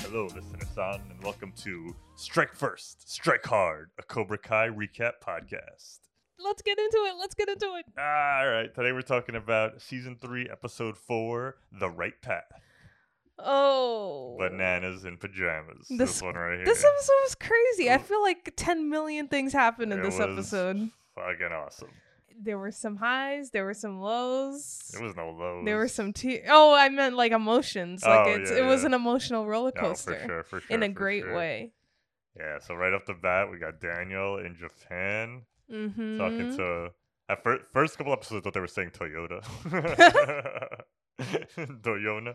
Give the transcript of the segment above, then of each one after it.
Hello, listener san, and welcome to Strike First, Strike Hard, a Cobra Kai recap podcast. Ah, Let's get into it. Let's get into it. All right, today we're talking about season three, episode four, The Right Path. Oh. Bananas in pajamas. This, This- one right here. This episode was crazy. I Mm. feel like 10 million things happened in It this was episode. Fucking awesome. There were some highs, there were some lows. There was no lows. There were some tears. Oh, I meant like emotions. Like Oh, it's, yeah, it was yeah. an emotional roller No, coaster for sure, for sure. in a for great sure. way. Yeah, so right off the bat, we got Daniel in Japan Mm-hmm. talking to. At first, first couple episodes, I thought they were saying Toyota. Toyona.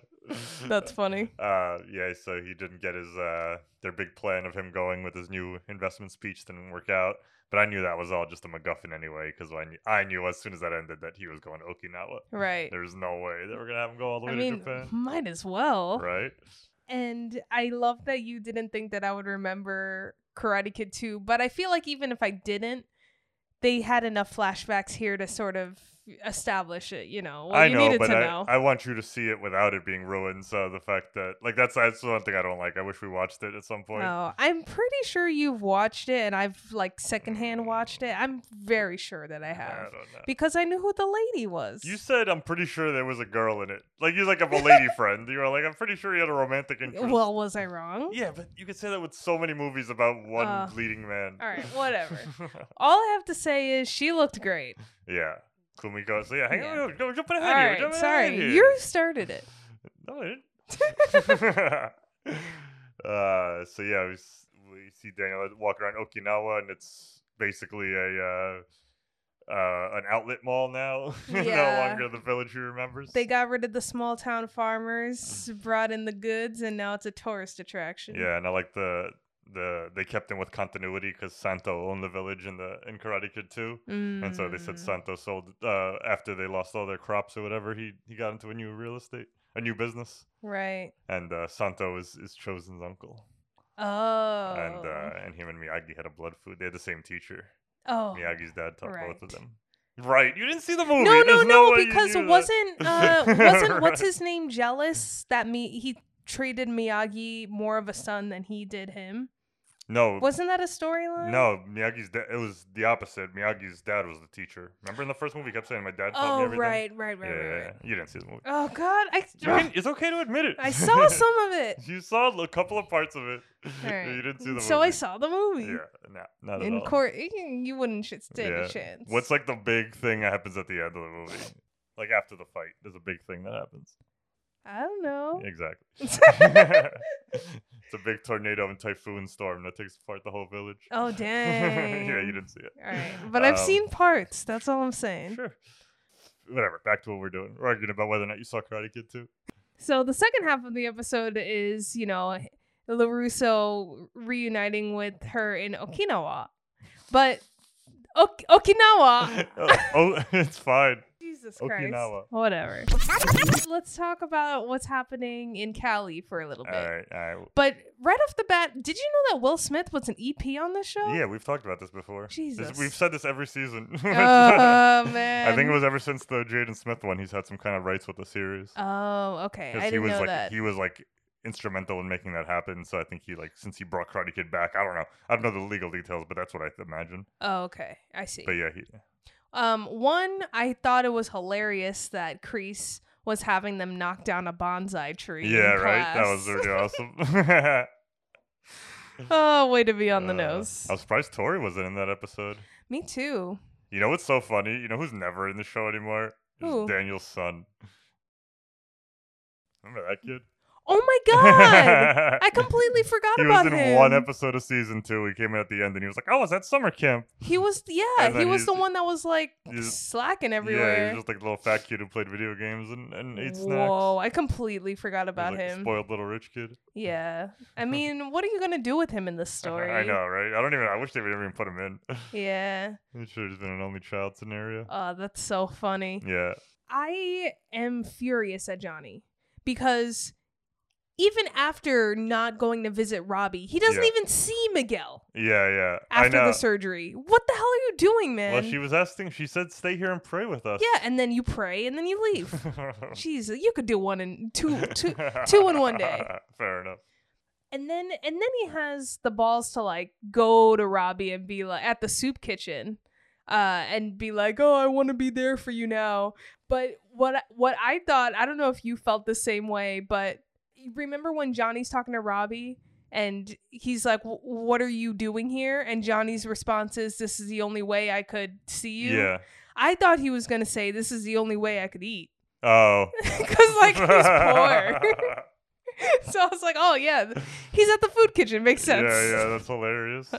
That's funny. Uh, yeah, so he didn't get his uh, their big plan of him going with his new investment speech didn't work out. But I knew that was all just a MacGuffin anyway, because I knew, I knew as soon as that ended that he was going to Okinawa. Right. There's no way they were gonna have him go all the way I to mean, Japan, might as well. right? And I love that you didn't think that I would remember Karate Kid 2, but I feel like even if I didn't, they had enough flashbacks here to sort of establish it, you know. What I you know, needed but to I, know. I want you to see it without it being ruined. So the fact that like that's that's the one thing I don't like. I wish we watched it at some point. No, I'm pretty sure you've watched it and I've like secondhand watched it. I'm very sure that I I have. don't know. Because I knew who the lady was. You said I'm pretty sure there was a girl in it. Like you're like I'm a lady friend. You were like I'm pretty sure he had a romantic interest. Uh, well, was I wrong? Yeah, but you could say that with so many movies about one Uh, leading man. all right, whatever. All I have to say is she looked great. yeah. Kumiko. So yeah, hang Yeah. on. Go, jump ahead All here. right, jumping ahead sorry. here. You started it. No, I didn't. uh, so yeah, we, s- we see Daniel uh, walk around Okinawa, and it's basically a uh, uh, an outlet mall now. Yeah. no longer the village he remembers. They got rid of the small town farmers, brought in the goods, and now it's a tourist attraction. Yeah, and I like the the they kept him with continuity because Santo owned the village in the in Karate Kid 2. And so they said Mm. Santo sold uh, after they lost all their crops or whatever. He he got into a new real estate, a new business, Right. and uh, Santo is is Chosen's uncle. Oh. And uh, and him and Miyagi had a blood food. They had the same teacher. oh. Miyagi's dad taught both of right. them. Right, you didn't see the movie. No, no, There's no, way you because knew that. wasn't uh, wasn't what's Right. his name jealous that me he treated Miyagi more of a son than he did him? no. Wasn't that a storyline? No, Miyagi's dad. It was the opposite. Miyagi's dad was the teacher. Remember in the first movie, he kept saying, "My dad taught me Oh everything." right, right, right, yeah, right, right. you didn't see the movie. Oh god, I You can- it's okay to admit it. I saw some of it. You saw a couple of parts of it. All right. You didn't see the so movie. I saw the movie. Yeah, no, not at In all. court, you wouldn't sh- stand Yeah. a chance. What's like the big thing that happens at the end of the movie? Like after the fight, there's a big thing that happens. I don't know. Exactly. it's a big tornado and typhoon storm that takes apart the whole village. Oh dang. yeah, you didn't see it. All right, but I've Um, seen parts. That's all I'm saying. Sure. Whatever. Back to what we're doing. We're arguing about whether or not you saw Karate Kid too. So the second half of the episode is, you know, Larusso reuniting with her in Okinawa, but ok- Okinawa. oh, oh, it's fine. Jesus Christ. Okinawa. Whatever. Let's talk about what's happening in Cali for a little All bit. right, all right. But right off the bat, did you know that Will Smith was an EP on this show? Yeah, we've talked about this before. This- we've Jesus. said this every season. Oh, I think man. it was ever since the Jaden Smith one. He's had some kind of rights with the series Oh, okay. I he didn't was know like that. he was like instrumental in making that happen. So I think he like since he brought Karate Kid back. I don't know. I don't know the legal details, but that's what I imagine. oh, okay. I see. But yeah, he, Um, one, I thought it was hilarious that Crease was having them knock down a bonsai tree. in yeah, right. That was class. really awesome. oh, way to be on the Uh, nose. I was surprised Tori wasn't in that episode. Me too. You know what's so funny? You know who's never in the show anymore? Is Who? Daniel's son. Remember that kid? Oh my god! I completely forgot He was about in him. one episode of season two. He came in at the end and he was like, "Oh, is that summer camp?" He was, And yeah, he then was he's- the one that was like he's- slacking Yeah, he everywhere. was just like a little fat kid who played video games and, and ate snacks. Whoa! I completely forgot He was about like a him. Spoiled little rich kid. Yeah, I mean, what are you gonna do with him in this story? I know, right? I don't even. I wish they would never even put him in. Yeah. it should have been an only child scenario. Oh, that's so funny. yeah, I am furious at Johnny because even after not going to visit Robbie, he doesn't Yeah. even see Miguel yeah, yeah. I after know. the surgery. What the hell are you doing, man? well, she was asking. She said, "Stay here and pray with us." yeah, and then you pray and then you leave. Yeah. Jeez, you could do one in two, two, two in one day. Fair enough. And then and then he has the balls to like go to Robbie and be like at the soup kitchen uh and be like, "Oh, I want to be there for you now." But what I- what I thought, I don't know if you felt the same way, but remember when Johnny's talking to Robbie and he's like, "Wh- "What are you doing here?" And Johnny's response is, "This is the only way I could see you." Yeah. I thought he was going to say, "This is the only way I could eat." Oh. Cuz like he's poor. so I was like, "Oh yeah, th- he's at the food kitchen. Makes sense." Yeah, yeah, that's hilarious.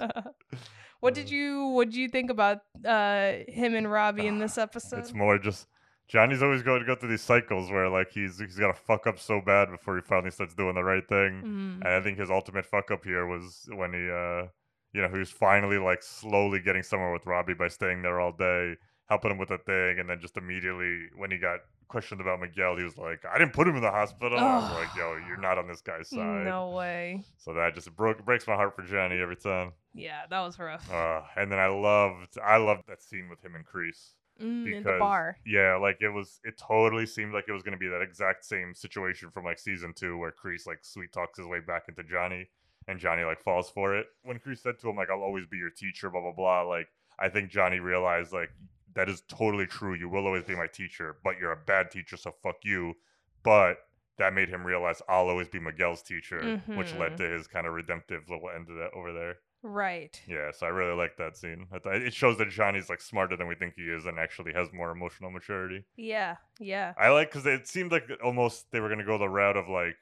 what did you what did you think about uh him and Robbie in this episode? Ah, It's more just Johnny's always going to go through these cycles where like he's he's got to fuck up so bad before he finally starts doing the right thing. Mm. And I think his ultimate fuck up here was when he, uh, you know, he was finally like slowly getting somewhere with Robbie by staying there all day, helping him with a thing, and then just immediately when he got questioned about Miguel, he was like, "I didn't put him in the hospital." I was Ugh. like, "Yo, you're not on this guy's side." No way. So that just broke breaks my heart for Johnny every time. Yeah, that was rough. Uh, and then I loved I loved that scene with him and Crease mm, in because the bar. yeah, like it was it totally seemed like it was gonna be that exact same situation from like season two where Crease like sweet talks his way back into Johnny and Johnny like falls for it. When Crease said to him like I'll always be your teacher, blah blah blah, like I think Johnny realized like that is totally true. You will always be my teacher, but you're a bad teacher, so fuck you. But that made him realize I'll always be Miguel's teacher, which led Mhm. to his kind of redemptive little end of that over there. Right. Yeah, so I really like that scene. I th- It shows that Johnny's like smarter than we think he is, and actually has more emotional maturity. Yeah. Yeah. I like because it seemed like that almost they were gonna go the route of like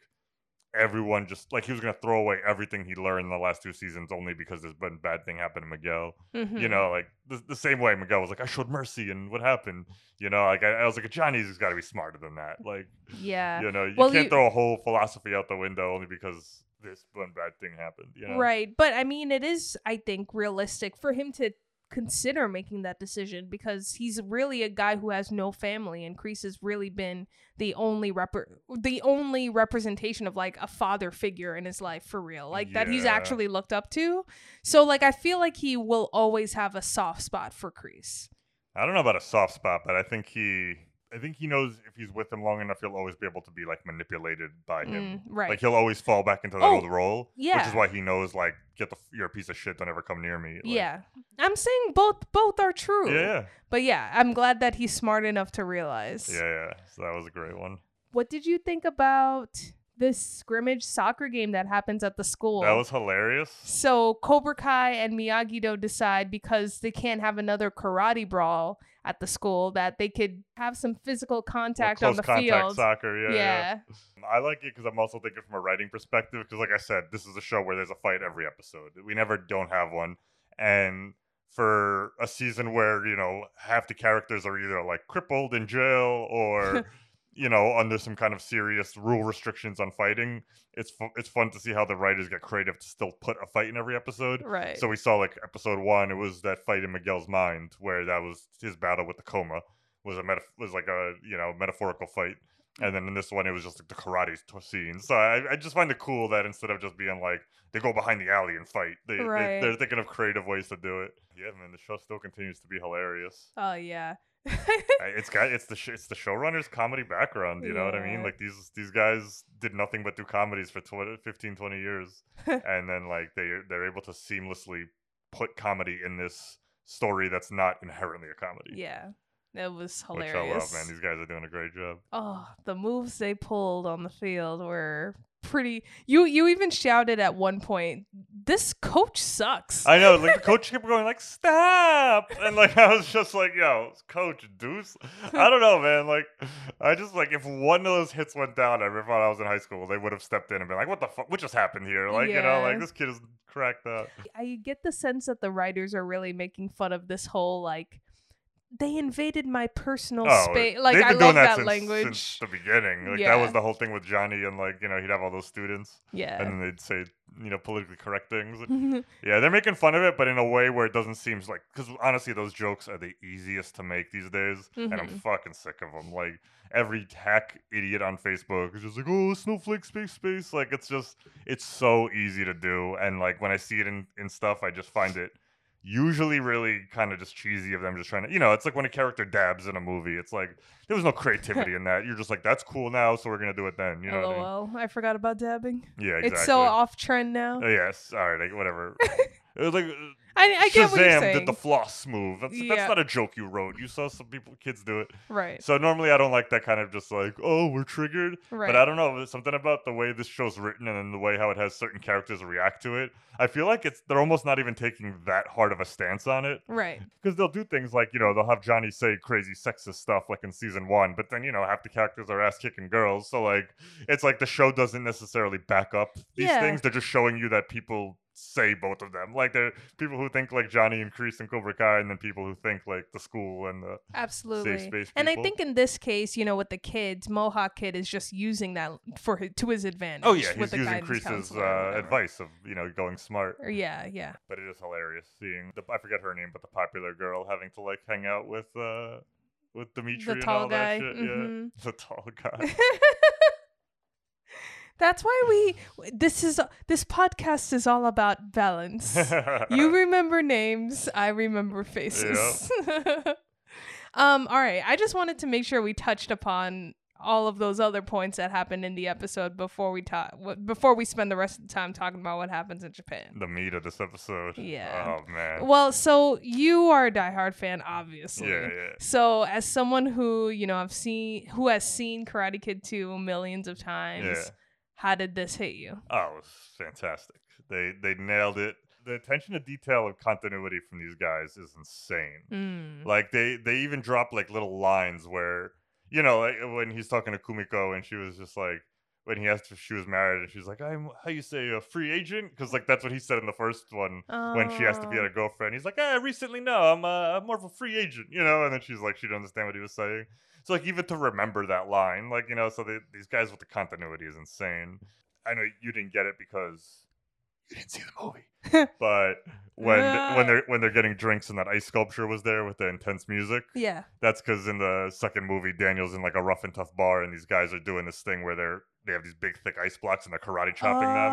everyone just like he was gonna throw away everything he learned in the last two seasons only because there's been bad thing happened to Miguel. You Mhm. know, like the, the same way Miguel was like, I showed mercy, and what happened? You know, like I, I was like, Johnny's got to be smarter than that. Like, Yeah. you know, you Well, can't you- throw a whole philosophy out the window only because this one bad thing happened. You know, Right. But I mean, it is, I think, realistic for him to consider making that decision because he's really a guy who has no family and Kreese has really been the only rep the only representation of like a father figure in his life for real. Like that he's Yeah. actually looked up to. So like I feel like he will always have a soft spot for Kreese. I don't know about a soft spot, but I think he, I think he knows if he's with him long enough, he'll always be able to be like manipulated by him. Mm, right. Like he'll always fall back into that Oh, old role, which yeah. is why he knows like get the f- you're a piece of shit, don't ever come near me. Like, yeah. I'm saying both both are true. yeah, yeah, But yeah, I'm glad that he's smart enough to realize. yeah, yeah. So that was a great one. What did you think about this scrimmage soccer game that happens at the school? That was hilarious. so Cobra Kai and Miyagi Do decide because they can't have another karate brawl at the school that they could have some physical Well, contact close on the contact field. soccer, yeah, yeah, yeah. I like it because I'm also thinking from a writing perspective. Because, like I said, this is a show where there's a fight every episode. We never don't have one, and for a season where you know half the characters are either like crippled in jail or you know under some kind of serious rule restrictions on fighting, it's fu- it's fun to see how the writers get creative to still put a fight in every episode. right. So we saw like episode one, it was that fight in Miguel's mind where that was his battle with the coma was a metaf- was like a you know metaphorical fight, and then in this one it was just like the karate t- scene. So I, I just find it cool that instead of just being like they go behind the alley and fight, they, Right. they they're thinking of creative ways to do it. Yeah, man, the show still continues to be hilarious. oh yeah. I- it's got it's the sh- it's the showrunner's comedy background. You know what I mean? Yeah. Like these these guys did nothing but do comedies for 20, 15, 20 years, and then like they they're able to seamlessly put comedy in this story that's not inherently a comedy. yeah. That was Which hilarious. I love, man. These guys are doing a great job. oh, the moves they pulled on the field were pretty you you even shouted at one point, this coach sucks. I know. Like the coach kept going like stop, and like I was just like, yo, coach Deuce. I don't know, man. Like I just like if one of those hits went down, I remember when I was in high school, they would have stepped in and been like, what the fuck? What just happened here? Like you know, Yeah. like this kid is cracked up. I get the sense that the writers are really making fun of this whole like they invaded my personal space. Like Oh, they've I been doing love that, since- language. since the beginning. Like Yeah. that was the whole thing with Johnny, and like you know he'd have all those students, and yeah. then they'd say you know politically correct things. Yeah, they're making fun of it, but in a way where it doesn't seem like because honestly, those jokes are the easiest to make these days, and I'm Mhm. fucking sick of them. Like every hack idiot on Facebook is just like, "Oh, snowflake space space." Like it's just it's so easy to do, and like when I see it in in stuff, I just find it usually really kind of just cheesy of them just trying to you know it's like when a character dabs in a movie it's like there was no creativity in that you're just like that's cool now so we're gonna do it then you know LOL. what I mean? I forgot about dabbing. yeah exactly It's so off trend now. Oh, yes all right like, whatever it was like uh, I, I get what you're Shazam saying. did the floss move that's, Yeah. that's not a joke you wrote you saw some people kids do it right. so normally I don't like that kind of just like oh we're triggered Right. but I don't know. There's something about the way this show's written and then the way how it has certain characters react to it. I feel like it's they're almost not even taking that hard of a stance on it right. because they'll do things like you know they'll have Johnny say crazy sexist stuff like in season one, but then you know half the characters are ass kicking girls, so like it's like the show doesn't necessarily back up these Yeah. things. They're just showing you that people say both of them, like they're people who think like Johnny and Kreese and Cobra Kai, and then people who think like the school and the Absolutely. space and I people. think in this case, you know, with the kids, Mohawk Kid is just using that for his, to his advantage. oh yeah, he's with the using guidance Kreese's counselor or uh, whatever. advice of you know going smart. Or yeah, yeah. but it is hilarious seeing the I forget her name, but the popular girl having to like hang out with uh with Dimitri the and tall all guy. that shit. mhm. Yeah. The tall guy. That's why we this is this podcast is all about balance. you remember names, I remember faces. um all right, I just wanted to make sure we touched upon all of those other points that happened in the episode before we talk before we spend the rest of the time talking about what happens in Japan. the meat of this episode. Yeah. Oh man. Well, so you are a diehard fan obviously. yeah, yeah. So, as someone who you know, I've seen who has seen Karate Kid two millions of times. Yeah. How did this hit you? Oh, it was fantastic. They they nailed it. The attention to detail and continuity from these guys is insane. Mm. Like they they even drop like little lines where you know like when he's talking to Kumiko and she was just like when he asked if she was married and she's like I'm how you say a free agent because like that's what he said in the first one when she has to be Oh. at a girlfriend. He's like ah recently no I'm uh, I'm more of a free agent you know and then she's like she didn't understand what he was saying. So like even to remember that line like you know so they, these guys with the continuity is insane. I know you didn't get it because you Uh, didn't see the movie, but when th- when they're when they're getting drinks and that ice sculpture was there with the intense music. Yeah. That's because in the second movie, Daniel's in like a rough and tough bar, and these guys are doing this thing where they're they have these big thick ice blocks and they're karate chopping them,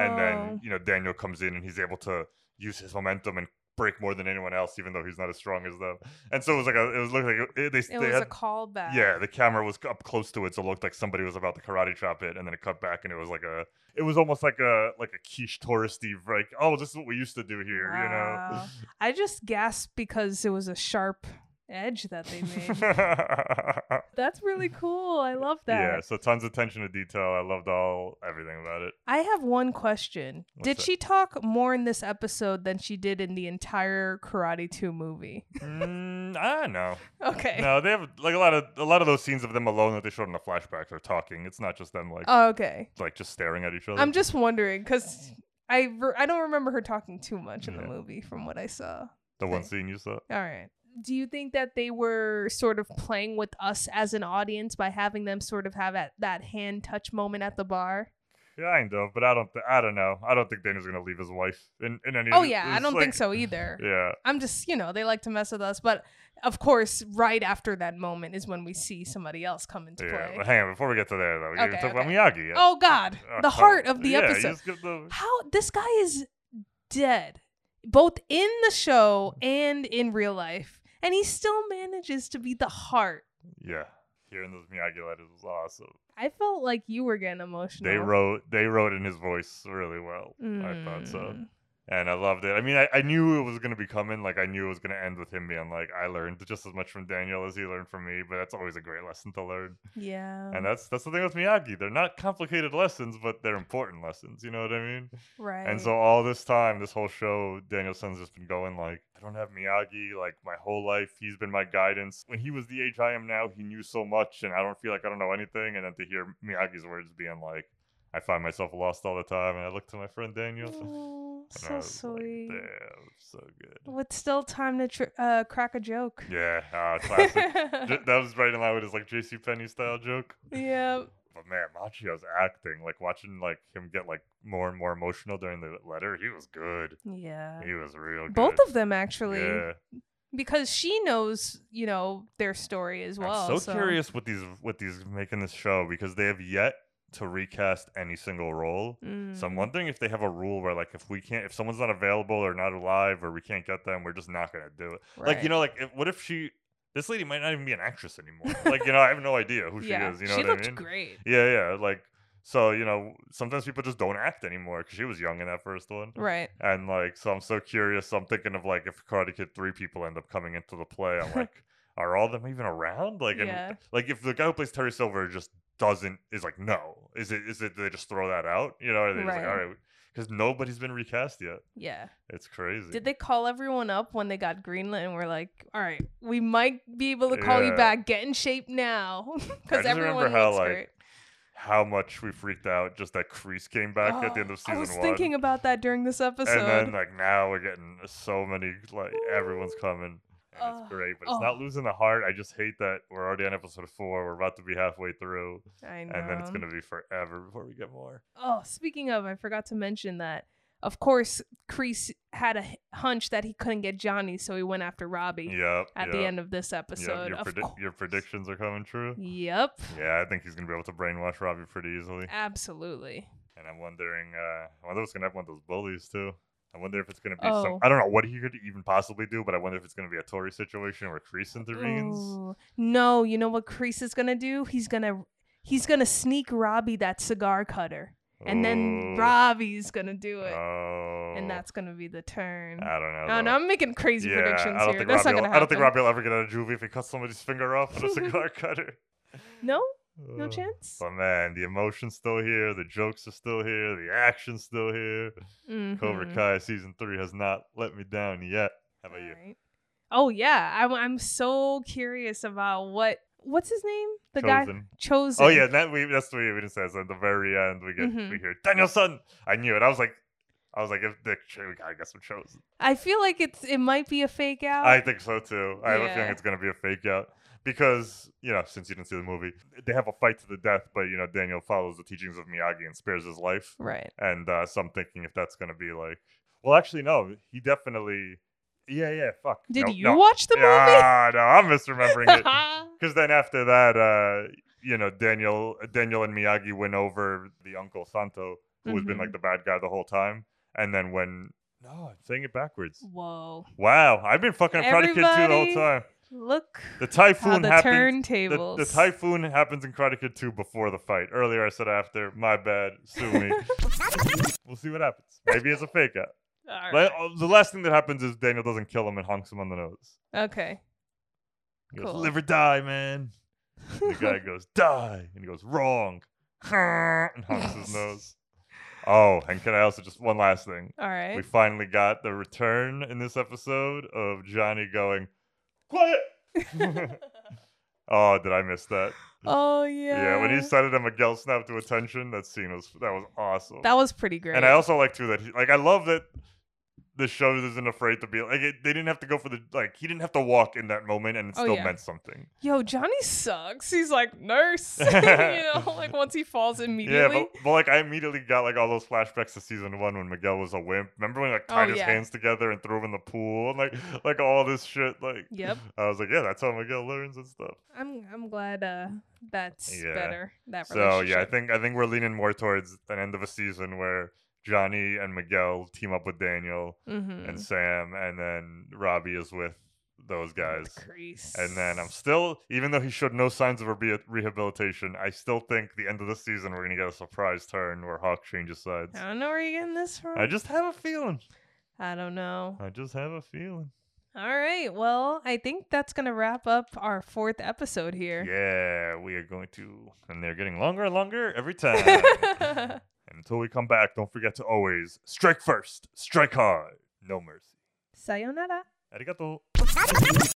and Oh. then you know Daniel comes in and he's able to use his momentum and break more than anyone else, even though he's not as strong as them. And so it was like a, it was looking like it, they it they was had a callback. yeah, the camera was up close to it, so it looked like somebody was about to karate chop it, and then it cut back, and it was like a, it was almost like a like a quiche touristy, like oh, this is what we used to do here, Wow. I just gasped because it was a sharp edge that they you made. know. That's really cool. I love that. yeah, so tons of attention to detail. I loved all everything about it. I have one question. What's did that? she talk more in this episode than she did in the entire Karate 2 movie? mm, I don't know. Okay. No, they have like a lot of a lot of those scenes of them alone that they showed in the flashbacks are talking. It's not just them like Oh, okay. like just staring at each other. I'm just wondering because I re- I don't remember her talking too much in the Yeah. movie from what I saw. All the one saying. scene you saw. right. Do you think that they were sort of playing with us as an audience by having them sort of have at that hand touch moment at the bar? Kind of, but I don't. Th- I don't know. I don't think Daniel's gonna leave his wife in, in any. oh yeah, I it's don't like- think so either. Yeah. I'm just you know they like to mess with us, but of course, right after that moment is when we see somebody else come into Yeah, play. but hang on. Before we get to there, though, we Okay, didn't even talk okay. about Miyagi. Yet. Oh God, Uh, the uh, heart of the yeah, you episode. just give the- how this guy is dead both in the show and in real life and he still manages to be the heart yeah, hearing those Miyagi letters was awesome. i felt like you were getting emotional They wrote, they wrote in his voice really well. I thought so, Mm. and I loved it. I mean, I, I knew it was gonna be coming. Like I knew it was gonna end with him being like, I learned just as much from Daniel as he learned from me. But that's always a great lesson to learn. yeah and that's that's the thing with Miyagi. They're not complicated lessons, but they're important lessons. You know what I mean? right And so all this time, this whole show, Daniel Sun's just been going like, I don't have Miyagi like my whole life. He's been my guidance. When he was the age I am now, he knew so much, and I don't feel like I don't know anything. And then to hear Miyagi's words being like, I find myself lost all the time, and I look to my friend Daniel. Aw, and I so was like, sweet Damn, so good. with still time to tr- uh, crack a joke Yeah, ah, classic. Ju- that was right in line with his like J.C. Penney style joke. yeah But man, Machio's acting, like watching like him get like more and more emotional during the letter, he was good. yeah He was real good. both of them actually Yeah. because she knows you know their story as well I'm so, curious what these what these make in this show because they have yet to recast any single role. So I'm Mm. wondering if they have a rule where like if we can't if someone's not available or not alive or we can't get them, we're just not gonna do it. Like you Right. know, like if, what if she this lady might not even be an actress anymore. like you know, I have no idea who yeah. she is. You know she what I looked mean? great. Yeah, yeah. Like so you know sometimes people just don't act anymore because she was young in that first one. Right. And like, so I'm so curious. So I'm thinking of like, if Karate Kid three people end up coming into the play, I'm like, are all of them even around? Like, and- Yeah. like if the guy who plays Terry Silver just doesn't is like, no, is it is it they just throw that out? You know, are they just like, all Right. right, because nobody's been recast yet. Yeah. It's crazy. Did they call everyone up when they got greenlit and were like, "All right, we might be able to call Yeah. you back. Get in shape I now," because just remember everyone how, looks like, great. How much we freaked out just that Crease came back at the end Oh, of season I was one. thinking about that during this episode. and then like now we're getting so many like everyone's Ooh. coming. And Ugh. it's great, but it's Oh. not losing the heart. I just hate that we're already on episode four. We're about to be halfway through. I know. and then it's gonna be forever before we get more. Oh, speaking of, I forgot to mention that. Of course, Crease had a h- hunch that he couldn't get Johnny, so he went after Robbie Yep. at yep, the end of this yep, episode. Your, of predi- course. your predictions are coming true. Yep. Yeah, I think he's gonna be able to brainwash Robbie pretty easily. Absolutely. And I'm wondering, uh, I wonder if it's gonna have one of those bullies too. I wonder if it's gonna be some. Oh. I don't know what he could even possibly do, but I wonder if it's gonna be a Tory situation where Crease intervenes. Ooh. No, you know what Crease is gonna do? He's gonna he's gonna sneak Robbie that cigar cutter. And then Ooh. Robbie's gonna do it. Oh. and that's gonna be the turn. I don't know. I don't know, though. I'm making crazy yeah, predictions I don't here. think That's Robbie. not will, gonna I don't think happen. Robbie will ever get out of juvie if he cuts somebody's finger off with a cigar cutter. No? Uh, No chance? But man, the emotion's still here, the jokes are still here, the action's still here. Cobra Mhm. Kai season three has not let me down yet. How about you? Alright. Oh yeah, I'm I'm so curious about what what's his name? The guy Chosen. chosen. Oh yeah, that we that's the way we didn't say. So at the very end, we get Mhm. we hear Danielson. I knew it. I was like, I was like, if Dick, we gotta get some chosen. I feel like it's it might be a fake out. I think so too. I have a feeling Oh. Yeah. it's gonna be a fake out because you know, since you didn't see the movie, they have a fight to the death, but you know, Daniel follows the teachings of Miyagi and spares his life. right. And uh, so I'm thinking if that's going to be like, well, actually, no, he definitely, yeah, yeah, fuck. Did No, you no. watch the movie? Ah, no, I'm misremembering it. Because then after that, uh, you know, Daniel, Daniel and Miyagi win over the Uncle Santo, who has Mm-hmm. been like the bad guy the whole time. And then when, no, I'm saying it backwards. Whoa. Wow, I've been fucking up Karate Kid 2 the whole Everybody- time. Look The how typhoon the happens. The, turntables. the typhoon happens in Karate Kid 2 before the fight. Earlier I said after. My bad. Sue me. we'll see what happens. Maybe it's a fake out. All Like, right. uh, the last thing that happens is Daniel doesn't kill him and honks him on the nose. Okay. He goes, Cool. live or die, man. And the guy goes, die. And he goes, wrong. and honks his nose. Oh, and can I also just one last thing? All We right. finally got the return in this episode of Johnny going, quiet. oh, did I miss that? oh Yeah, yeah. when he said it and Miguel snapped to attention, that scene was that was awesome. that was pretty great. and I also like too that he, like I love that the show isn't afraid to be like it, they didn't have to go for the like he didn't have to walk in that moment and it Oh, still yeah. meant something. Yo, Johnny sucks. He's like nurse. you know, like once he falls Yeah, immediately. but, but like I immediately got like all those flashbacks to season one when Miguel was a wimp. Remember when he, like Oh, tied his yeah. hands together and threw him in the pool and like like all this shit like Yep. I was like yeah that's how Miguel learns and stuff. I'm I'm glad uh that's Yeah. better. That So relationship. yeah, I think I think we're leaning more towards an end of a season where Johnny and Miguel team up with Daniel mm-hmm. and Sam, and then Robbie is with those guys. Crease. And then I'm still, even though he showed no signs of rehabil- rehabilitation, I still think the end of the season we're gonna get a surprise turn where Hawk changes sides. I don't know where you're getting this from. I just Uh, have a feeling. I don't know. I just have a feeling. All right. Well, I think that's gonna wrap up our fourth episode here. Yeah, we are going to, and they're getting longer and longer every time. And until we come back, don't forget to always strike first, strike hard, no mercy. Sayonara. Arigato.